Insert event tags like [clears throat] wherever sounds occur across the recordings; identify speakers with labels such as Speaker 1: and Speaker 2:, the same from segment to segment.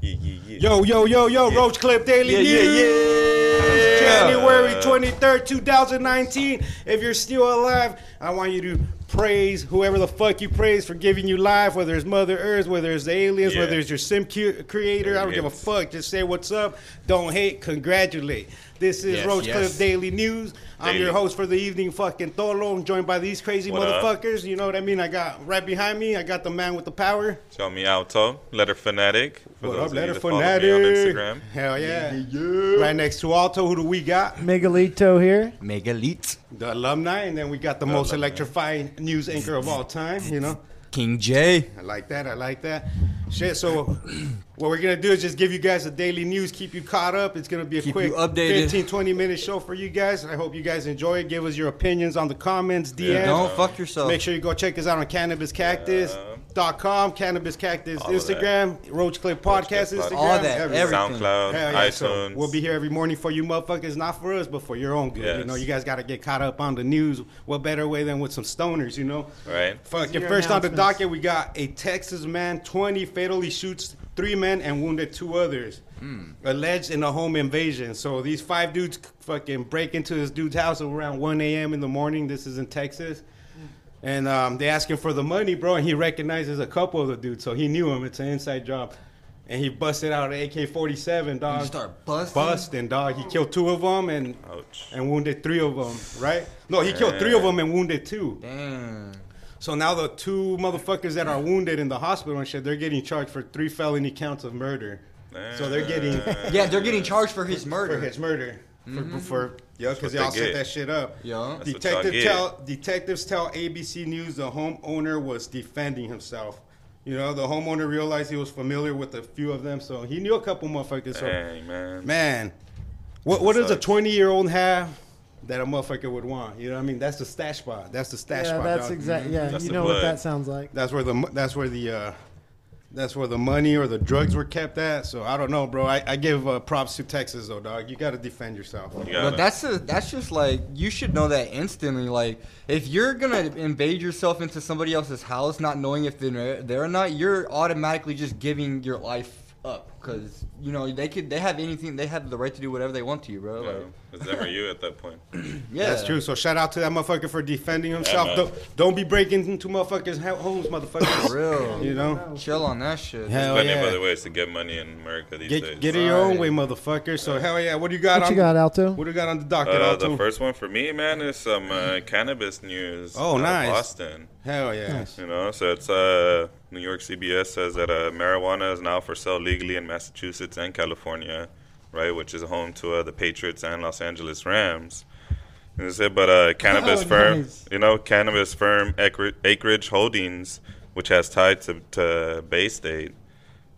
Speaker 1: Yeah, yeah, yeah.
Speaker 2: Yo, yo, yo, yo, Roach Clip Daily
Speaker 1: yeah, yeah,
Speaker 2: News.
Speaker 1: yeah.
Speaker 2: January 23rd, 2019. If you're still alive, I want you to praise whoever the fuck you praise for giving you life, whether it's Mother Earth, whether it's the aliens,
Speaker 1: Yeah.
Speaker 2: whether it's your sim cu- creator. I don't give a
Speaker 1: Aliens.
Speaker 2: fuck. Just say what's up. Don't hate. Congratulate. This is
Speaker 1: Yes,
Speaker 2: Roach
Speaker 1: yes.
Speaker 2: Clip Daily News. I'm
Speaker 1: Daily.
Speaker 2: your host for the evening, fucking Tolo. I'm joined by these crazy
Speaker 1: What up?
Speaker 2: motherfuckers. You know what I mean? I got right behind me, I got the man with the power.
Speaker 1: Show me Alto, Letter Fanatic. For
Speaker 2: What
Speaker 1: those
Speaker 2: up,
Speaker 1: of you
Speaker 2: letter
Speaker 1: that follow me on
Speaker 2: fanatic?
Speaker 1: Instagram.
Speaker 2: Hell yeah. Right next to Alto, who do we got?
Speaker 3: Megalito here.
Speaker 4: Megalit,
Speaker 2: The alumni, and then we got the most
Speaker 1: alumni.
Speaker 2: electrifying news anchor of all time, you know?
Speaker 4: King J.
Speaker 2: I like that. I like that. Shit. So, [clears throat] what we're going to do is just give you guys the daily news, keep you caught up. It's going to be a
Speaker 4: Keep
Speaker 2: quick
Speaker 4: you updated.
Speaker 2: 15, 20 minute show for you guys. I hope you guys enjoy it. Give us your opinions on the comments, DMs.
Speaker 4: Don't fuck yourself.
Speaker 2: Make sure you go check us out on cannabiscactus.com, Cannabis Cactus
Speaker 1: All of that.
Speaker 2: Instagram, Roach Clip
Speaker 1: Clip
Speaker 2: Podcast
Speaker 1: Podcast.
Speaker 2: Instagram.
Speaker 4: All that,
Speaker 2: everything.
Speaker 4: everything.
Speaker 1: SoundCloud,
Speaker 2: Hell yeah, so
Speaker 1: Um, iTunes.
Speaker 2: we'll be here every morning for you motherfuckers, not for us, but for your own good. You
Speaker 1: Yes.
Speaker 2: know, you guys got to get caught up on the news. What better way than with some stoners, you know?
Speaker 1: Right.
Speaker 2: Fucking
Speaker 3: Your
Speaker 2: first on the
Speaker 3: announcements.
Speaker 2: docket, we got a Texas man, 20, fatally shoots three men and wounded two others.
Speaker 1: Hmm.
Speaker 2: Alleged in a home invasion. So these five dudes fucking break into this dude's house around 1 a.m. in the morning. This is in Texas. And um, they ask him for the money, bro, and he recognizes a couple of the dudes, so he knew him. It's an inside job. And he busted out an AK-47, dog.
Speaker 4: You start busting?
Speaker 2: Busting, dog. He killed two of them and
Speaker 1: Ouch.
Speaker 2: and wounded three of them, right? No, he killed three of them and wounded two.
Speaker 4: Damn.
Speaker 2: So now the two motherfuckers that are wounded in the hospital and shit, they're getting charged for three felony counts of murder. So they're getting
Speaker 4: Yeah, they're getting charged for his
Speaker 2: for
Speaker 4: murder.
Speaker 2: his murder.
Speaker 3: Mm-hmm.
Speaker 2: For, for yeah, because
Speaker 1: what
Speaker 2: y'all
Speaker 1: they
Speaker 2: set
Speaker 1: get.
Speaker 2: that shit up.
Speaker 4: Yeah.
Speaker 1: That's what y'all
Speaker 2: Detective
Speaker 1: get.
Speaker 2: tell detectives tell ABC News the homeowner was defending himself. You know, the homeowner realized he was familiar with a few of them, so he knew a couple motherfuckers. So
Speaker 1: Dang, man.
Speaker 2: man, what what does a
Speaker 1: Sucks.
Speaker 2: twenty year old have that a motherfucker would want? You know what I mean? That's the stash spot. That's the stash
Speaker 3: Yeah,
Speaker 2: spot.
Speaker 3: that's
Speaker 2: dog.
Speaker 3: exactly. Yeah,
Speaker 1: That's
Speaker 3: you
Speaker 1: the
Speaker 3: know what
Speaker 1: blood.
Speaker 3: that sounds like.
Speaker 2: That's where the mo- that's where the uh, that's where the money or the drugs were kept at. So I don't know, bro. I, I give uh, props to Texas though, dog. You got to defend yourself.
Speaker 1: You got
Speaker 4: But
Speaker 1: it.
Speaker 4: that's a, that's just like you should know that instantly. Like if you're gonna invade yourself into somebody else's house, not knowing if they're there or not, you're automatically just giving your life up because you know they could they have anything they have the right to do whatever they want to you, bro. Like,
Speaker 1: No, it's never you at that
Speaker 2: [laughs]
Speaker 1: point.
Speaker 2: Oh,
Speaker 4: yeah,
Speaker 2: That's true. So shout out to that motherfucker for defending himself.
Speaker 1: man.
Speaker 2: don't, don't be breaking into motherfuckers' ho- homes, motherfuckers.
Speaker 4: For real.
Speaker 2: You know.
Speaker 4: Chill on that shit.
Speaker 2: Hell
Speaker 1: Plenty
Speaker 2: yeah.
Speaker 1: of other ways to get money in America these days.
Speaker 2: Get, get it your own
Speaker 4: Right.
Speaker 2: way, motherfucker. So hell yeah. What do you got?
Speaker 3: What
Speaker 2: on,
Speaker 3: you got, Alto?
Speaker 2: What do you got on the docket?
Speaker 1: uh,
Speaker 2: Alto?
Speaker 1: the first one for me, man, is some uh, cannabis news.
Speaker 2: Oh,
Speaker 1: out of
Speaker 2: nice.
Speaker 1: Boston.
Speaker 2: hell yeah.
Speaker 1: You know, so it's uh, New York CBS says that uh, marijuana is now for sale legally in Massachusetts and California, right, which is home to uh, the Patriots and Los Angeles Rams. And they said, but uh, cannabis
Speaker 3: Oh,
Speaker 1: firm,
Speaker 3: nice.
Speaker 1: you know, cannabis firm Acre- Acreage Holdings, which has ties to, to Bay State,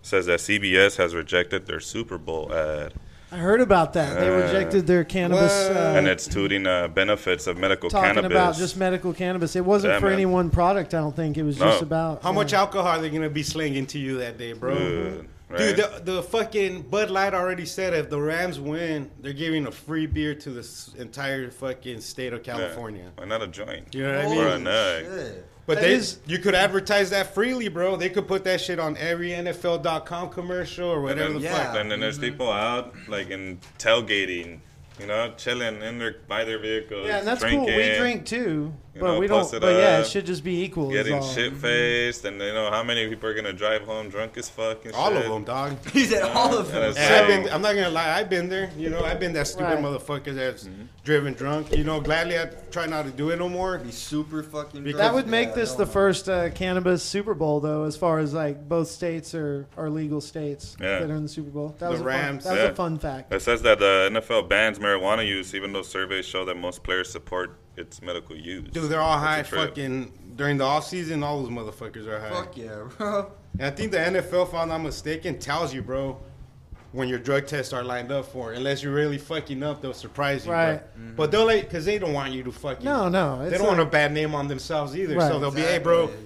Speaker 1: says that CBS has rejected their Super Bowl ad,
Speaker 3: I heard about that. They rejected their cannabis.
Speaker 2: What?
Speaker 3: Uh,
Speaker 1: and it's tooting uh, benefits of medical
Speaker 3: talking
Speaker 1: cannabis.
Speaker 3: about just medical cannabis. It wasn't
Speaker 1: Yeah,
Speaker 3: for
Speaker 1: man.
Speaker 3: any one product. I don't think it was
Speaker 1: No.
Speaker 3: just about uh,
Speaker 2: How
Speaker 3: yeah.
Speaker 2: much alcohol are they gonna be slinging to you that day, bro?
Speaker 1: Dude, right?
Speaker 2: Dude, the, the fucking Bud Light already said if the Rams win, they're giving a free beer to the s- entire fucking state of
Speaker 1: Yeah.
Speaker 2: California.
Speaker 1: Why not a joint?
Speaker 2: You know what I
Speaker 1: Or
Speaker 2: mean?
Speaker 1: a nug.
Speaker 4: Shit. [laughs]
Speaker 2: But
Speaker 3: That
Speaker 2: they,
Speaker 3: is-
Speaker 2: you could advertise that freely, bro. They could put that shit on every NFL.com commercial or
Speaker 1: And
Speaker 2: whatever
Speaker 1: then,
Speaker 2: the
Speaker 4: yeah.
Speaker 2: fuck.
Speaker 1: and then there's people out like in tailgating, you know, chilling in their by their vehicles.
Speaker 3: Yeah, and that's
Speaker 1: drinking,
Speaker 3: cool. We drink too,
Speaker 1: you
Speaker 3: but
Speaker 1: know,
Speaker 3: we don't.
Speaker 1: plus it
Speaker 3: But yeah,
Speaker 1: up,
Speaker 3: it should just be equal. is
Speaker 1: Getting
Speaker 3: all.
Speaker 1: shit faced, and you know how many people are gonna drive home drunk as fuck and
Speaker 2: All
Speaker 1: shit.
Speaker 2: of them, dog.
Speaker 4: He said all of
Speaker 1: And
Speaker 4: them.
Speaker 1: it's
Speaker 2: And I've
Speaker 1: like,
Speaker 2: been, I'm not gonna lie, I've been there. You know, I've been that stupid
Speaker 3: Right.
Speaker 2: motherfucker that's
Speaker 1: Mm-hmm.
Speaker 2: driven drunk. You know, gladly I try not to do it no more.
Speaker 4: Be super fucking.
Speaker 2: Because-
Speaker 3: That would make
Speaker 4: Yeah,
Speaker 3: this
Speaker 4: hell
Speaker 3: the
Speaker 4: no.
Speaker 3: first uh, cannabis Super Bowl, though, as far as like both states are, are legal states
Speaker 1: Yeah.
Speaker 3: that are in the Super Bowl. That
Speaker 2: The
Speaker 3: was a
Speaker 2: Rams,
Speaker 3: Fun, that
Speaker 1: yeah.
Speaker 3: was a fun fact.
Speaker 1: It says that the NFL bans marijuana use, even though surveys show that most players support its medical use.
Speaker 2: Dude, they're all
Speaker 1: That's a
Speaker 2: high
Speaker 1: trip.
Speaker 2: fucking during the off season. All those motherfuckers are high.
Speaker 4: Fuck yeah, bro.
Speaker 2: And I think the NFL, if I'm not mistaken, tells you, bro, when your drug tests are lined up for. Unless you're really fucking up, they'll surprise you. bro.
Speaker 3: Right.
Speaker 1: Mm-hmm.
Speaker 2: But they'll like, cause they don't want you to fucking.
Speaker 3: No, no,
Speaker 2: They
Speaker 3: it's
Speaker 2: don't want a
Speaker 3: like-
Speaker 2: bad name on themselves either.
Speaker 3: Right.
Speaker 2: So they'll be, hey, bro,
Speaker 4: Exactly.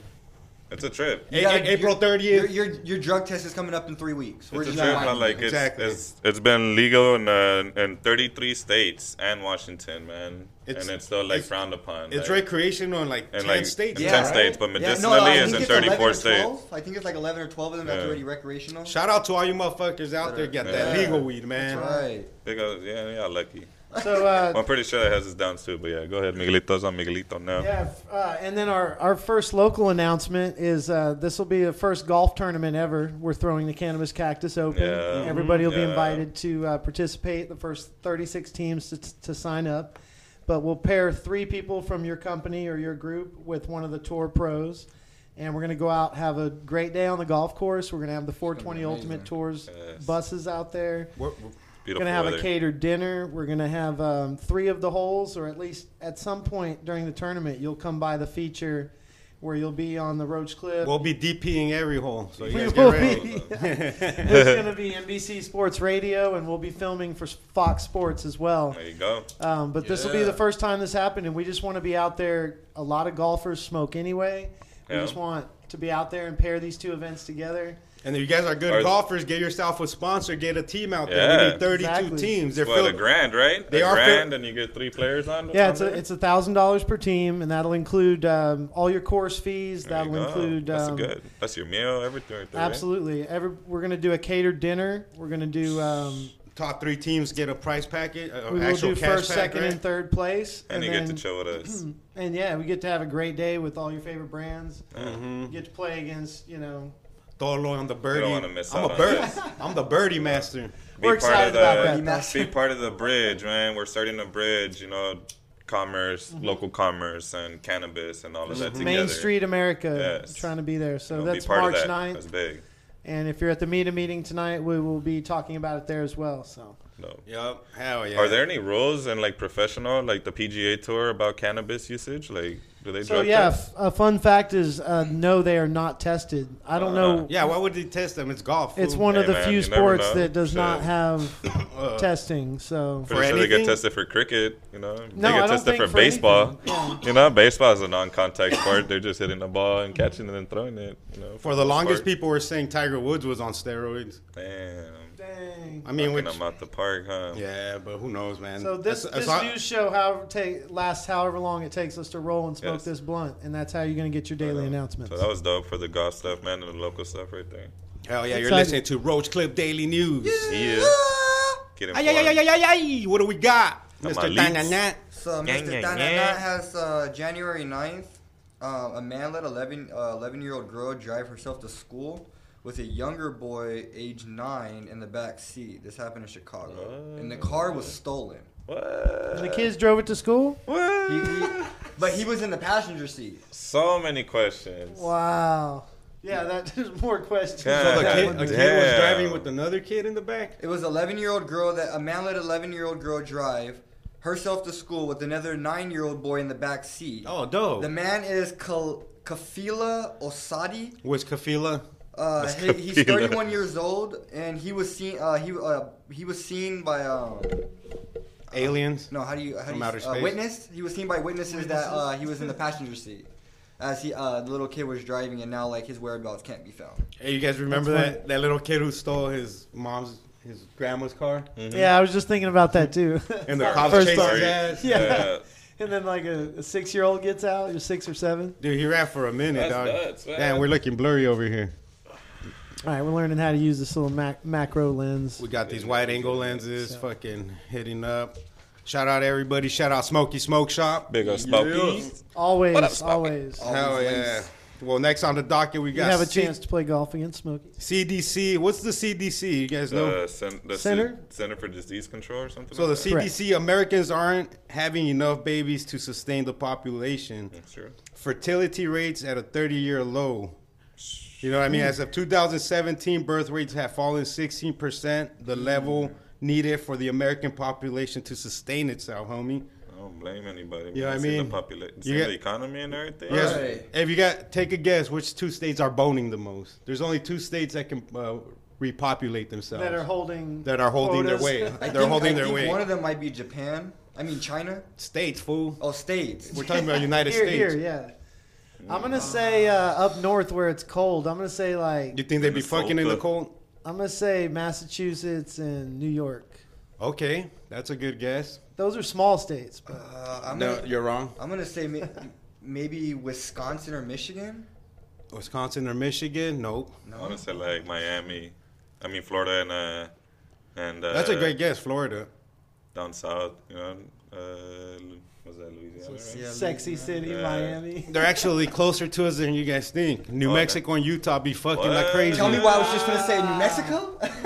Speaker 1: It's a trip.
Speaker 4: You
Speaker 2: A-
Speaker 4: gotta-
Speaker 2: A- April
Speaker 4: your-
Speaker 2: 30th.
Speaker 4: Your, your your drug test is coming up in three weeks. We're
Speaker 1: It's a
Speaker 4: just
Speaker 1: trip.
Speaker 4: not
Speaker 1: How,
Speaker 4: minding
Speaker 1: like
Speaker 4: you.
Speaker 1: it's,
Speaker 2: Exactly.
Speaker 1: it's it's been legal in uh, in 33 states and Washington, man.
Speaker 2: It's-
Speaker 1: and it's still like
Speaker 2: it's-
Speaker 1: frowned upon.
Speaker 2: It's
Speaker 1: like,
Speaker 2: recreational in like
Speaker 1: And,
Speaker 2: 10
Speaker 1: like,
Speaker 2: states.
Speaker 1: in
Speaker 2: Yeah.
Speaker 1: 10
Speaker 2: right?
Speaker 1: states, but medicinally
Speaker 4: I
Speaker 1: it's
Speaker 4: think
Speaker 1: in
Speaker 4: it's 11
Speaker 1: 34
Speaker 4: or
Speaker 1: states.
Speaker 4: 12. I think it's like 11 or 12 of them that's
Speaker 1: Yeah.
Speaker 4: already recreational.
Speaker 2: Shout out to all you motherfuckers out there got that
Speaker 4: Yeah.
Speaker 2: legal weed, man.
Speaker 4: That's right.
Speaker 1: Because yeah, yeah, lucky.
Speaker 3: [laughs] So uh,
Speaker 1: Well, I'm pretty sure that has its downs too. But yeah, go ahead, Miguelito's on Miguelito now.
Speaker 3: Yeah, f- uh, and then our, our first local announcement is uh, this will be the first golf tournament ever. We're throwing the Cannabis Cactus Open.
Speaker 1: Yeah. Mm-hmm.
Speaker 3: Everybody will be
Speaker 1: Yeah.
Speaker 3: invited to uh, participate. The first 36 teams to, to sign up. But we'll pair three people from your company or your group with one of the tour pros. And we're going to go out, have a great day on the golf course. We're going to have the 420 Ultimate Tours
Speaker 1: Yes.
Speaker 3: buses out there.
Speaker 2: We're-
Speaker 1: Beautiful
Speaker 3: We're gonna have
Speaker 1: weather.
Speaker 3: a catered dinner. We're gonna have um, three of the holes, or at least at some point during the tournament, you'll come by the feature where you'll be on the Roach Cliff.
Speaker 2: We'll be DPing every hole. So you
Speaker 3: We
Speaker 2: guys
Speaker 3: will
Speaker 2: get ready.
Speaker 3: [laughs]
Speaker 1: [laughs]
Speaker 3: be- There's gonna be NBC Sports Radio, and we'll be filming for Fox Sports as well.
Speaker 1: There you go.
Speaker 3: Um, but this will be
Speaker 4: Yeah.
Speaker 3: the first time this happened, and we just want to be out there. A lot of golfers smoke anyway. We
Speaker 1: Yeah.
Speaker 3: just want to be out there and pair these two events together.
Speaker 2: And if you guys are good
Speaker 1: Are-
Speaker 2: golfers, get yourself a sponsor, get a team out there. we
Speaker 1: Yeah.
Speaker 2: need 32
Speaker 3: Exactly.
Speaker 2: teams. They're
Speaker 1: What a
Speaker 2: filled.
Speaker 1: grand, right?
Speaker 2: They
Speaker 1: a
Speaker 2: are fil-
Speaker 1: grand, and you get three players on.
Speaker 3: Yeah,
Speaker 1: on
Speaker 3: it's a,
Speaker 1: there?
Speaker 3: it's a thousand dollars per team, and that'll include um, all your course fees.
Speaker 1: There you
Speaker 3: That'll
Speaker 1: go.
Speaker 3: include
Speaker 1: That's
Speaker 3: um,
Speaker 1: good. That's your meal, everything. Right there, right?
Speaker 3: Absolutely. Every, we're going to do a catered dinner. We're going to do um,
Speaker 2: Top three teams get a prize packet, a- a
Speaker 3: we will
Speaker 2: actual
Speaker 3: do
Speaker 2: cash
Speaker 3: first,
Speaker 2: pack,
Speaker 3: second,
Speaker 2: right?
Speaker 3: and third place,
Speaker 1: And, you get to
Speaker 3: then- Mm-hmm.
Speaker 1: chill with us.
Speaker 3: And yeah, we get to have a great day with all your favorite brands.
Speaker 1: Mm-hmm.
Speaker 3: You get to play against, you know.
Speaker 2: Tholo on the birdie.
Speaker 1: wanna miss
Speaker 2: I'm
Speaker 1: out
Speaker 2: a
Speaker 1: on
Speaker 2: birdie.
Speaker 1: this.
Speaker 2: [laughs] I'm the birdie master.
Speaker 1: Be part
Speaker 3: We're excited
Speaker 1: of the,
Speaker 3: about that,
Speaker 4: though.
Speaker 1: Be part of the bridge, man. We're starting a bridge, you know, commerce, local commerce, and cannabis, and all of that together.
Speaker 3: Mm-hmm. Main Street America,
Speaker 1: Yes.
Speaker 3: trying to be there. So
Speaker 1: You know,
Speaker 3: that's
Speaker 1: be part
Speaker 3: March
Speaker 1: of that.
Speaker 3: 9th.
Speaker 1: That's big.
Speaker 3: And if you're at the meet a meeting tonight, we will be talking about it there as well. So
Speaker 1: No.
Speaker 2: Yep. Hell yeah.
Speaker 1: Are there any rules in like professional, like the PGA Tour, about cannabis usage? Like, do they?
Speaker 3: So
Speaker 1: drug
Speaker 3: yeah,
Speaker 1: test?
Speaker 3: f- a fun fact is uh, no, they are not tested. I
Speaker 1: Uh-huh.
Speaker 3: don't know.
Speaker 2: Yeah, why would they test them? It's golf.
Speaker 3: It's
Speaker 2: fool.
Speaker 3: one of
Speaker 1: Hey,
Speaker 3: the
Speaker 1: man,
Speaker 3: few
Speaker 1: you never
Speaker 3: sports
Speaker 1: know.
Speaker 3: that does
Speaker 1: Shit.
Speaker 3: not
Speaker 1: [laughs]
Speaker 3: have
Speaker 2: Uh,
Speaker 3: testing. So
Speaker 1: Pretty
Speaker 2: For
Speaker 1: sure they
Speaker 2: anything?
Speaker 1: get tested for cricket. You know,
Speaker 3: No,
Speaker 1: they get
Speaker 3: I don't
Speaker 1: tested
Speaker 3: think
Speaker 1: for,
Speaker 3: for
Speaker 1: baseball.
Speaker 3: anything.
Speaker 1: You know, baseball is a non-contact sport. They're just hitting the ball and catching it and throwing it. You know,
Speaker 2: For the longest, people were saying Tiger Woods was on steroids.
Speaker 1: Damn.
Speaker 3: Dang.
Speaker 2: I mean, which
Speaker 1: I'm out the park, huh?
Speaker 2: yeah, but who knows, man?
Speaker 3: So this
Speaker 2: That's-
Speaker 3: this
Speaker 2: that's-
Speaker 3: news show however take lasts however long it takes us to roll and smoke
Speaker 1: Yes.
Speaker 3: this blunt, and that's how you're gonna get your daily announcements.
Speaker 1: So that was dope for the golf stuff, man, and the local stuff right there.
Speaker 2: hell yeah, you're
Speaker 3: Excited.
Speaker 2: listening to Roach Clip Daily News.
Speaker 1: Yeah.
Speaker 4: Ah!
Speaker 1: Get
Speaker 2: Ay, ay, ay, ay,
Speaker 1: informed.
Speaker 2: ay, ay, ay. What do we got,
Speaker 1: Tamales.
Speaker 2: Mister Dananat?
Speaker 4: So uh,
Speaker 1: Yeah,
Speaker 4: Mr.
Speaker 1: yeah,
Speaker 4: Dynamite
Speaker 1: yeah.
Speaker 4: has uh, January 9th. Um, a man let 11 uh, 11 year old girl drive herself to school with a younger boy, age nine, in the back seat. This happened in Chicago, and the car was stolen.
Speaker 1: What?
Speaker 3: And the kids drove it to school.
Speaker 1: What?
Speaker 4: He- he- but he was in the passenger seat.
Speaker 1: So many questions.
Speaker 3: Wow. Yeah, that [laughs] there's more questions.
Speaker 1: Yeah.
Speaker 2: So the kid, a kid was
Speaker 1: Damn.
Speaker 2: driving with another kid in the back.
Speaker 4: It was 11 year old girl that a man let 11 year old girl drive herself to school with another nine year old boy in the back seat.
Speaker 2: Oh, dope.
Speaker 4: The man is Kal- Kafila Osadi.
Speaker 2: Where's Kafila?
Speaker 4: Uh, he,
Speaker 1: That's
Speaker 4: he's
Speaker 1: Kabila.
Speaker 4: 31 years old, and he was seen. Uh, he uh, he was seen by um,
Speaker 2: Aliens.
Speaker 4: no, how do you how do
Speaker 2: From
Speaker 4: you
Speaker 2: outer
Speaker 4: uh,
Speaker 2: space?
Speaker 4: witness? He was seen by witnesses, that uh, he was in the passenger seat, as he uh, the little kid was driving, and now like his whereabouts can't be found.
Speaker 2: Hey, you guys remember
Speaker 3: That's
Speaker 2: that, that little kid who stole his mom's his grandma's car
Speaker 3: Yeah, I was just thinking about that too. [laughs]
Speaker 2: and the cops
Speaker 3: First
Speaker 2: chased
Speaker 3: off,
Speaker 2: his ass?
Speaker 3: Yeah.
Speaker 1: Yeah.
Speaker 3: and then like a, a six year old gets out, you're six or seven.
Speaker 2: Dude, he ran for a minute,
Speaker 1: That's
Speaker 2: dog.
Speaker 1: nuts, man.
Speaker 2: Damn, we're looking blurry over here.
Speaker 3: All right, we're learning how to use this little mac- macro lens.
Speaker 2: We got these wide angle lenses, fucking hitting up. Shout out everybody. Shout out Smokey Smoke Shop.
Speaker 1: Big old smoky.
Speaker 3: Always,
Speaker 1: What up, Smokey?
Speaker 3: always.
Speaker 4: Oh,
Speaker 2: Hell
Speaker 4: Always
Speaker 2: yeah.
Speaker 4: links.
Speaker 2: Well, next on the docket we
Speaker 3: You
Speaker 2: got
Speaker 3: have a
Speaker 2: C-
Speaker 3: chance to play golf against Smokey.
Speaker 2: CDC. What's the CDC? You guys know.
Speaker 1: The, cen- the
Speaker 3: Center?
Speaker 1: Center? Center for Disease Control or something.
Speaker 2: so the
Speaker 1: like that?
Speaker 2: CDC, Americans aren't having enough babies to sustain the population.
Speaker 1: That's true.
Speaker 2: fertility rates at a 30 year low. You know what I mean? As of 2017, birth rates have fallen 16%, the
Speaker 3: Hmm.
Speaker 2: level needed for the American population to sustain itself, homie.
Speaker 1: I don't blame anybody.
Speaker 2: You
Speaker 1: man.
Speaker 2: know what I
Speaker 1: It's in
Speaker 2: mean?
Speaker 1: The, popula- it's
Speaker 2: You
Speaker 1: in
Speaker 2: got-
Speaker 1: the economy and everything.
Speaker 2: Yes.
Speaker 4: Right.
Speaker 2: If you got, take a guess which two states are boning the most. There's only two states that can uh, repopulate themselves.
Speaker 3: That are holding
Speaker 2: that are holding their weight.
Speaker 3: quotas. [laughs]
Speaker 4: [laughs] I
Speaker 2: They're
Speaker 4: think-
Speaker 2: holding
Speaker 4: I
Speaker 2: their
Speaker 4: think
Speaker 2: weight.
Speaker 4: One of them might be Japan. I mean China.
Speaker 2: states, fool.
Speaker 4: Oh, states. [laughs]
Speaker 2: We're talking about United
Speaker 3: here,
Speaker 2: States.
Speaker 3: here, yeah. I'm gonna say uh, up north where it's cold. I'm gonna say
Speaker 2: You
Speaker 3: like
Speaker 2: think they'd be
Speaker 1: Minnesota.
Speaker 2: fucking in the cold?
Speaker 3: I'm gonna say Massachusetts and New York.
Speaker 2: Okay, that's a good guess.
Speaker 3: Those are small states, but
Speaker 4: Uh, I'm
Speaker 5: No,
Speaker 4: gonna,
Speaker 5: you're wrong.
Speaker 4: I'm gonna say ma- maybe Wisconsin or Michigan.
Speaker 2: Wisconsin or Michigan? Nope.
Speaker 1: I want to say like Miami. I mean Florida and uh and uh,
Speaker 2: That's a great guess. Florida.
Speaker 1: down south. You know, uh, was that Louisiana? Right?
Speaker 4: Yeah,
Speaker 3: sexy city,
Speaker 1: Yeah.
Speaker 3: Miami.
Speaker 2: They're actually closer to us than you guys think. New
Speaker 1: Oh, okay.
Speaker 2: Mexico and Utah be fucking like
Speaker 1: What?
Speaker 2: crazy.
Speaker 4: Tell me why I was just gonna say New Mexico.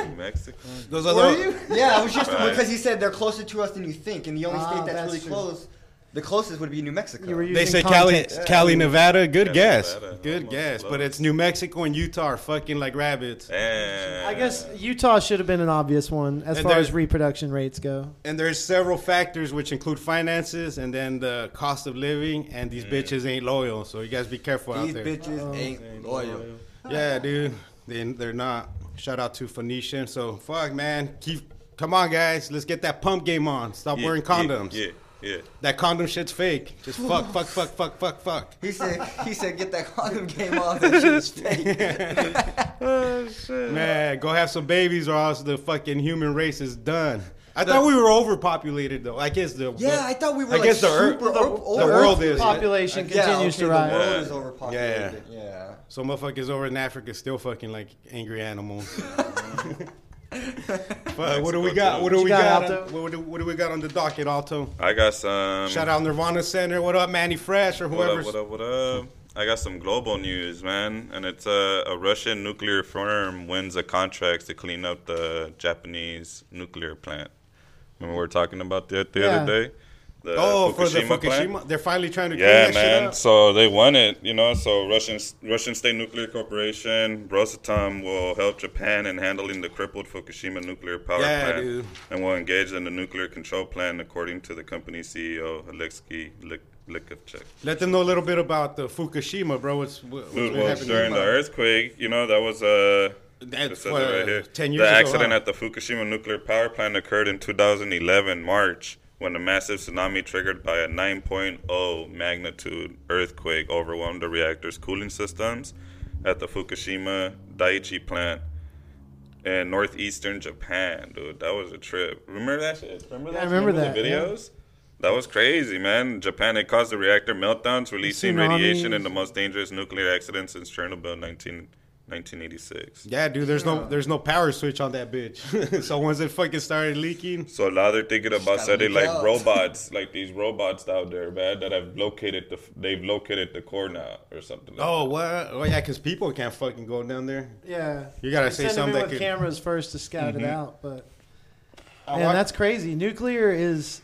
Speaker 1: New Mexico.
Speaker 2: Those
Speaker 4: Were
Speaker 2: other
Speaker 4: you? Yeah, I was
Speaker 2: [laughs]
Speaker 4: just
Speaker 1: Right.
Speaker 4: because he said they're closer to us than you think, and the only
Speaker 3: Ah,
Speaker 4: state that's,
Speaker 3: that's
Speaker 4: really
Speaker 3: true.
Speaker 4: close, the closest would be New Mexico.
Speaker 3: You were
Speaker 2: they
Speaker 3: using
Speaker 2: say Cali,
Speaker 3: context.
Speaker 2: Cali, Nevada. Good
Speaker 1: Yeah,
Speaker 2: guess.
Speaker 1: Nevada,
Speaker 2: Good
Speaker 1: almost
Speaker 2: guess.
Speaker 1: close.
Speaker 2: But it's New Mexico and Utah are fucking like rabbits.
Speaker 1: Damn.
Speaker 3: I guess Utah should have been an obvious one as
Speaker 2: And
Speaker 3: far
Speaker 2: there's-
Speaker 3: as reproduction rates go.
Speaker 2: And there's several factors which include finances and then the cost of living. And these bitches ain't loyal, so you guys be careful
Speaker 4: These
Speaker 2: out there.
Speaker 3: Oh,
Speaker 4: bitches ain't
Speaker 1: Ain't
Speaker 4: loyal.
Speaker 1: loyal.
Speaker 2: Yeah, dude. They they're not. Shout out to Phoenician. So fuck, man. Keep come on, guys. Let's get that pump game on. Stop
Speaker 1: Yeah,
Speaker 2: wearing
Speaker 1: yeah,
Speaker 2: condoms.
Speaker 1: Yeah, yeah.
Speaker 2: That condom shit's fake. Just fuck, fuck, fuck, fuck, fuck, fuck.
Speaker 4: He
Speaker 3: [laughs]
Speaker 4: said, he said, get that condom game off. That shit is fake.
Speaker 2: Man, go have some babies or else the fucking human race is done. I thought we were overpopulated though. I guess the
Speaker 4: Yeah, I thought we were
Speaker 2: I
Speaker 4: like
Speaker 2: guess the earth-
Speaker 4: super
Speaker 2: the-
Speaker 4: over-
Speaker 2: the
Speaker 4: over-
Speaker 2: world is.
Speaker 3: Population
Speaker 4: Yeah,
Speaker 3: continues
Speaker 4: okay,
Speaker 3: to
Speaker 4: The
Speaker 3: rise.
Speaker 4: world is overpopulated. Yeah.
Speaker 2: so motherfuckers over in Africa still fucking like angry
Speaker 1: [laughs]
Speaker 2: animals. but what do we got? What do
Speaker 3: What
Speaker 2: we
Speaker 3: you got,
Speaker 2: got?
Speaker 3: Alto?
Speaker 2: on, what, do, what do we got on the docket, Alto?
Speaker 1: I got some.
Speaker 2: Shout out Nirvana Center. What up, Manny Fresh or
Speaker 1: What up,
Speaker 2: whoever's
Speaker 1: what up, uh, what up? I got some global news, man, and it's uh, a, a Russian nuclear firm wins a contract to clean up the Japanese nuclear plant. Remember we were talking about that the
Speaker 3: Yeah.
Speaker 1: other day. The
Speaker 2: Oh, for the
Speaker 1: Fukushima plant?
Speaker 2: Fukushima, they're finally trying to clean
Speaker 1: Yeah,
Speaker 2: that shit
Speaker 1: man.
Speaker 2: up.
Speaker 1: So they won it, you know. So Russian Russian State Nuclear Corporation, Rosatom, will help Japan in handling the crippled Fukushima nuclear power
Speaker 2: Yeah,
Speaker 1: plant,
Speaker 2: dude.
Speaker 1: and will engage in the nuclear control plan, according to the company's CEO Alexei Lik- Likovchek.
Speaker 2: Let them know a little bit about the Fukushima, bro. What's what, what's
Speaker 1: Dude,
Speaker 2: been
Speaker 1: well,
Speaker 2: happening?
Speaker 1: during the earthquake, you know, that was uh,
Speaker 2: That's
Speaker 1: it says it
Speaker 2: what,
Speaker 1: right here.
Speaker 2: 10
Speaker 1: the
Speaker 2: years ago,
Speaker 1: accident
Speaker 2: huh?
Speaker 1: at the Fukushima nuclear power plant occurred in 2011 March when a massive tsunami triggered by a 9.0 magnitude earthquake overwhelmed the reactor's cooling systems at the Fukushima Daiichi plant in northeastern Japan. Dude, that was a trip. Remember that shit? Remember that?
Speaker 3: I remember
Speaker 1: the
Speaker 3: that, yeah.
Speaker 1: videos? That was crazy, man. Japan it caused the reactor meltdowns, releasing radiation
Speaker 3: Tsunamis.
Speaker 1: in the most dangerous nuclear accident since Chernobyl 19, 1986.
Speaker 2: Yeah, dude. There's no there's no power switch on that bitch. [laughs] so once it fucking started leaking,
Speaker 1: So now they're thinking about
Speaker 4: gotta
Speaker 1: setting
Speaker 4: look
Speaker 1: like
Speaker 4: out.
Speaker 1: robots, like these robots out there, man, that have located the f- they've located the core now or something. Like
Speaker 2: oh what? Oh yeah, because people can't fucking go down there.
Speaker 3: Yeah,
Speaker 2: You gotta say
Speaker 3: They send them
Speaker 2: something that
Speaker 3: in with
Speaker 2: could- Mm-hmm.
Speaker 3: cameras first to scout it out. But
Speaker 2: I
Speaker 3: man,
Speaker 2: wa-
Speaker 3: that's crazy. Nuclear is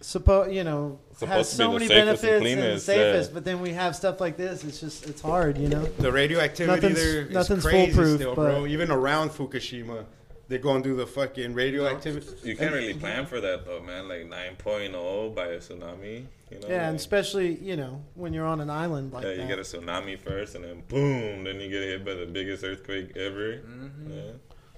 Speaker 3: supposed, you know,
Speaker 1: Supposed
Speaker 3: has
Speaker 1: to be
Speaker 3: so
Speaker 1: the
Speaker 3: many
Speaker 1: safest and
Speaker 3: benefits and,
Speaker 1: cleanest, uh, yeah.
Speaker 3: safest. But then we have stuff like this. It's just it's hard, you know.
Speaker 2: the radioactivity
Speaker 3: Nothing's-
Speaker 2: there is
Speaker 3: nothing's
Speaker 2: crazy
Speaker 3: foolproof,
Speaker 2: still,
Speaker 3: but-
Speaker 2: bro. Even around Fukushima, they go and do the fucking radioactivity.
Speaker 1: that. You can't really plan for that though, man. Like 9.0 by a tsunami, you know.
Speaker 3: Yeah, and
Speaker 1: like,
Speaker 3: especially you know when you're on an island like
Speaker 1: yeah, you
Speaker 3: that.
Speaker 1: get a tsunami first, and then boom, then you get hit by the biggest earthquake ever.
Speaker 3: Mm-hmm. [laughs]
Speaker 1: Yeah.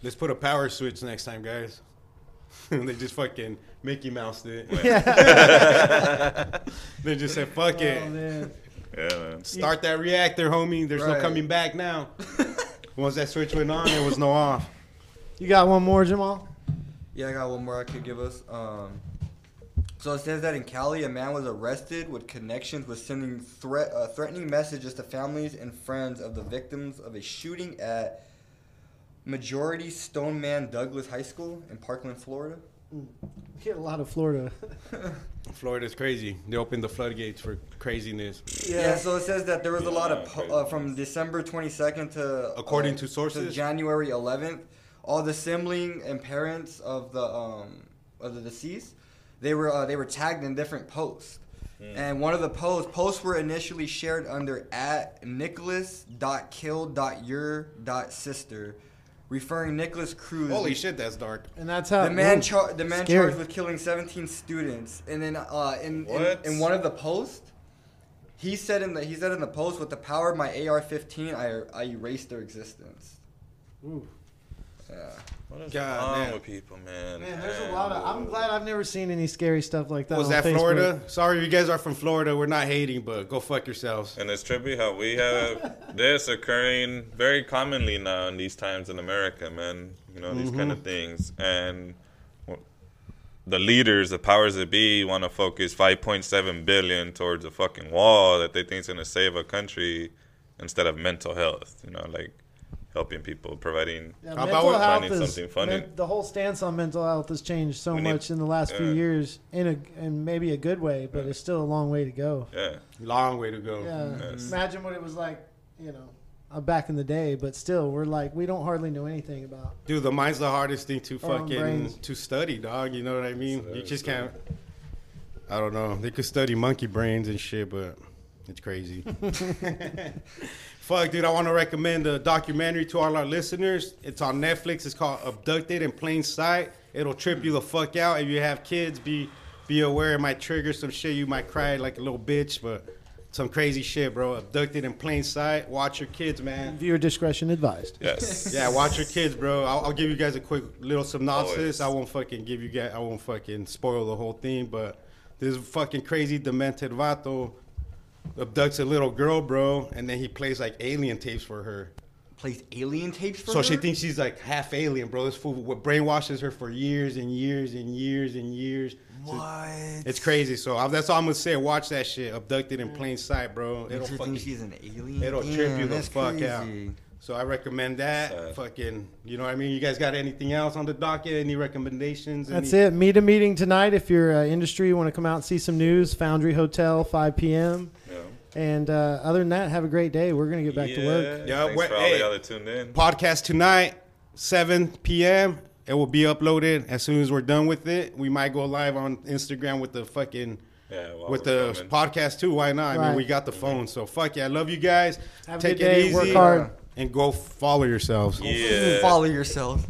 Speaker 2: Let's put a power switch next time, guys. [laughs] they just fucking Mickey Mouse it.
Speaker 3: yeah.
Speaker 2: They just said, "Fuck it."
Speaker 3: Oh, man.
Speaker 1: [laughs] Yeah, man.
Speaker 2: Start that reactor, homie. There's no
Speaker 4: Right.
Speaker 2: coming back now. [laughs]
Speaker 4: [laughs]
Speaker 2: Once that switch went on, there was no off.
Speaker 3: You got one more, Jamal?
Speaker 4: Yeah, I got one more I could give us. Um, so it says that in Cali, a man was arrested with connections with sending threat, uh, threatening messages to families and friends of the victims of a shooting at Majority Stoneman Douglas High School in Parkland, Florida.
Speaker 3: We get a lot of Florida. [laughs]
Speaker 2: Florida's crazy. They opened the floodgates for craziness.
Speaker 4: Yeah. so it says that there was a lot of po- uh, from December 22nd to
Speaker 2: According
Speaker 4: uh,
Speaker 2: to sources?
Speaker 4: January 11th, all the sibling and parents of the um, of the deceased, they were uh, they were tagged in different posts.
Speaker 2: Hmm.
Speaker 4: And one of the posts posts were initially shared under at nicholas.kill.your.sister, referring Nicholas Cruz
Speaker 2: Holy shit, that's dark.
Speaker 3: and that's how
Speaker 1: Oh.
Speaker 4: the man,
Speaker 3: Ooh.
Speaker 4: char- the man
Speaker 3: Scary.
Speaker 4: charged with killing 17 students, and then uh, in, in
Speaker 1: What?
Speaker 4: in one of the posts, he said in the he said in the post, "With the power er, of my AR-15, I I erased their existence."
Speaker 3: Ooh.
Speaker 4: Yeah.
Speaker 1: What is
Speaker 2: God,
Speaker 1: wrong
Speaker 2: man.
Speaker 1: with people, man? Oh.
Speaker 3: Man, there's a lot of. I'm glad I've never seen any scary stuff like that.
Speaker 2: Was
Speaker 3: on
Speaker 2: that
Speaker 3: Facebook.
Speaker 2: Florida? Sorry, if you guys are from Florida. We're not hating, but go fuck yourselves.
Speaker 1: And it's trippy how we have this occurring very commonly now in these times in America, man. You know, these kind of things. And w- the leaders, the powers that be, want to focus 5.7 billion towards a fucking wall that they think is going to save a country instead of mental health, you know, like helping people, providing
Speaker 3: Yeah,
Speaker 2: How about
Speaker 3: mental
Speaker 2: we-
Speaker 3: health
Speaker 1: Finding
Speaker 3: is,
Speaker 1: something funny.
Speaker 3: men- the whole stance on mental health has changed so
Speaker 1: We need-
Speaker 3: much in the last few
Speaker 1: yeah.
Speaker 3: years, in a and maybe a good way, but it's still a long way to go.
Speaker 1: yeah.
Speaker 2: Long way to go.
Speaker 3: Yeah,
Speaker 1: Yes.
Speaker 3: imagine what it was like, you know, uh, back in the day. But still, we're like, we don't hardly know anything about.
Speaker 2: Dude, the mind's the hardest thing to
Speaker 3: Our own
Speaker 2: fucking
Speaker 3: brains.
Speaker 2: to study, dog. You know what I mean?
Speaker 1: So-
Speaker 2: you just can't. I don't know. They could study monkey brains and shit, but it's crazy. [laughs] Fuck, dude. I want to recommend a documentary to all our listeners. It's on Netflix. It's called "Abducted in Plain Sight." It'll trip you the fuck out. If you have kids, be be aware. It might trigger some shit. You might cry like a little bitch, but some crazy shit, bro. Abducted in Plain Sight. Watch your kids, man.
Speaker 3: Viewer discretion advised.
Speaker 1: Yes.
Speaker 3: [laughs]
Speaker 2: Yeah, watch your kids, bro. I'll, I'll give you guys a quick little synopsis.
Speaker 1: Always.
Speaker 2: I won't fucking give you guys. I won't fucking spoil the whole thing, but this fucking crazy demented vato abducts a little girl, bro, and then he plays like alien tapes for her.
Speaker 4: Plays alien tapes for
Speaker 2: So
Speaker 4: her?
Speaker 2: she thinks she's like half alien, bro. This fool wa- brainwashes her for years and years and years and years. So
Speaker 4: What?
Speaker 2: it's crazy. So I, that's all I'm gonna say. Watch that shit. Abducted in plain sight, bro. It'll
Speaker 4: Makes her
Speaker 2: fucking
Speaker 4: think she's an alien.
Speaker 2: It'll
Speaker 4: Damn,
Speaker 2: trip you the
Speaker 4: that's
Speaker 2: fuck out.
Speaker 4: crazy.
Speaker 2: So I recommend that.
Speaker 1: Sad.
Speaker 2: Fucking, you know what I mean? You guys got anything else on the docket? Any recommendations?
Speaker 3: That's
Speaker 2: Any-
Speaker 3: it. Meet a meeting tonight if you're uh, industry. You want to come out and see some news. Foundry Hotel, 5 p.m.
Speaker 1: Yeah.
Speaker 3: And uh, other than that, have a great day. We're gonna get back to work.
Speaker 1: Yeah.
Speaker 2: Yeah,
Speaker 1: Thanks
Speaker 2: wait,
Speaker 1: for all
Speaker 2: hey.
Speaker 1: the other tuned in.
Speaker 2: Podcast tonight, 7 p.m. It will be uploaded as soon as we're done with it. We might go live on Instagram with the fucking.
Speaker 1: Yeah, while
Speaker 2: with
Speaker 1: we're
Speaker 2: the
Speaker 1: filming.
Speaker 2: podcast too, why not? I mean,
Speaker 3: Right.
Speaker 2: we got the phone, so fuck yeah. I love you guys.
Speaker 3: Have a
Speaker 2: Take
Speaker 3: good day.
Speaker 2: it
Speaker 3: Work
Speaker 2: easy
Speaker 3: hard.
Speaker 2: and go follow yourselves.
Speaker 1: Yeah.
Speaker 4: Follow yourself.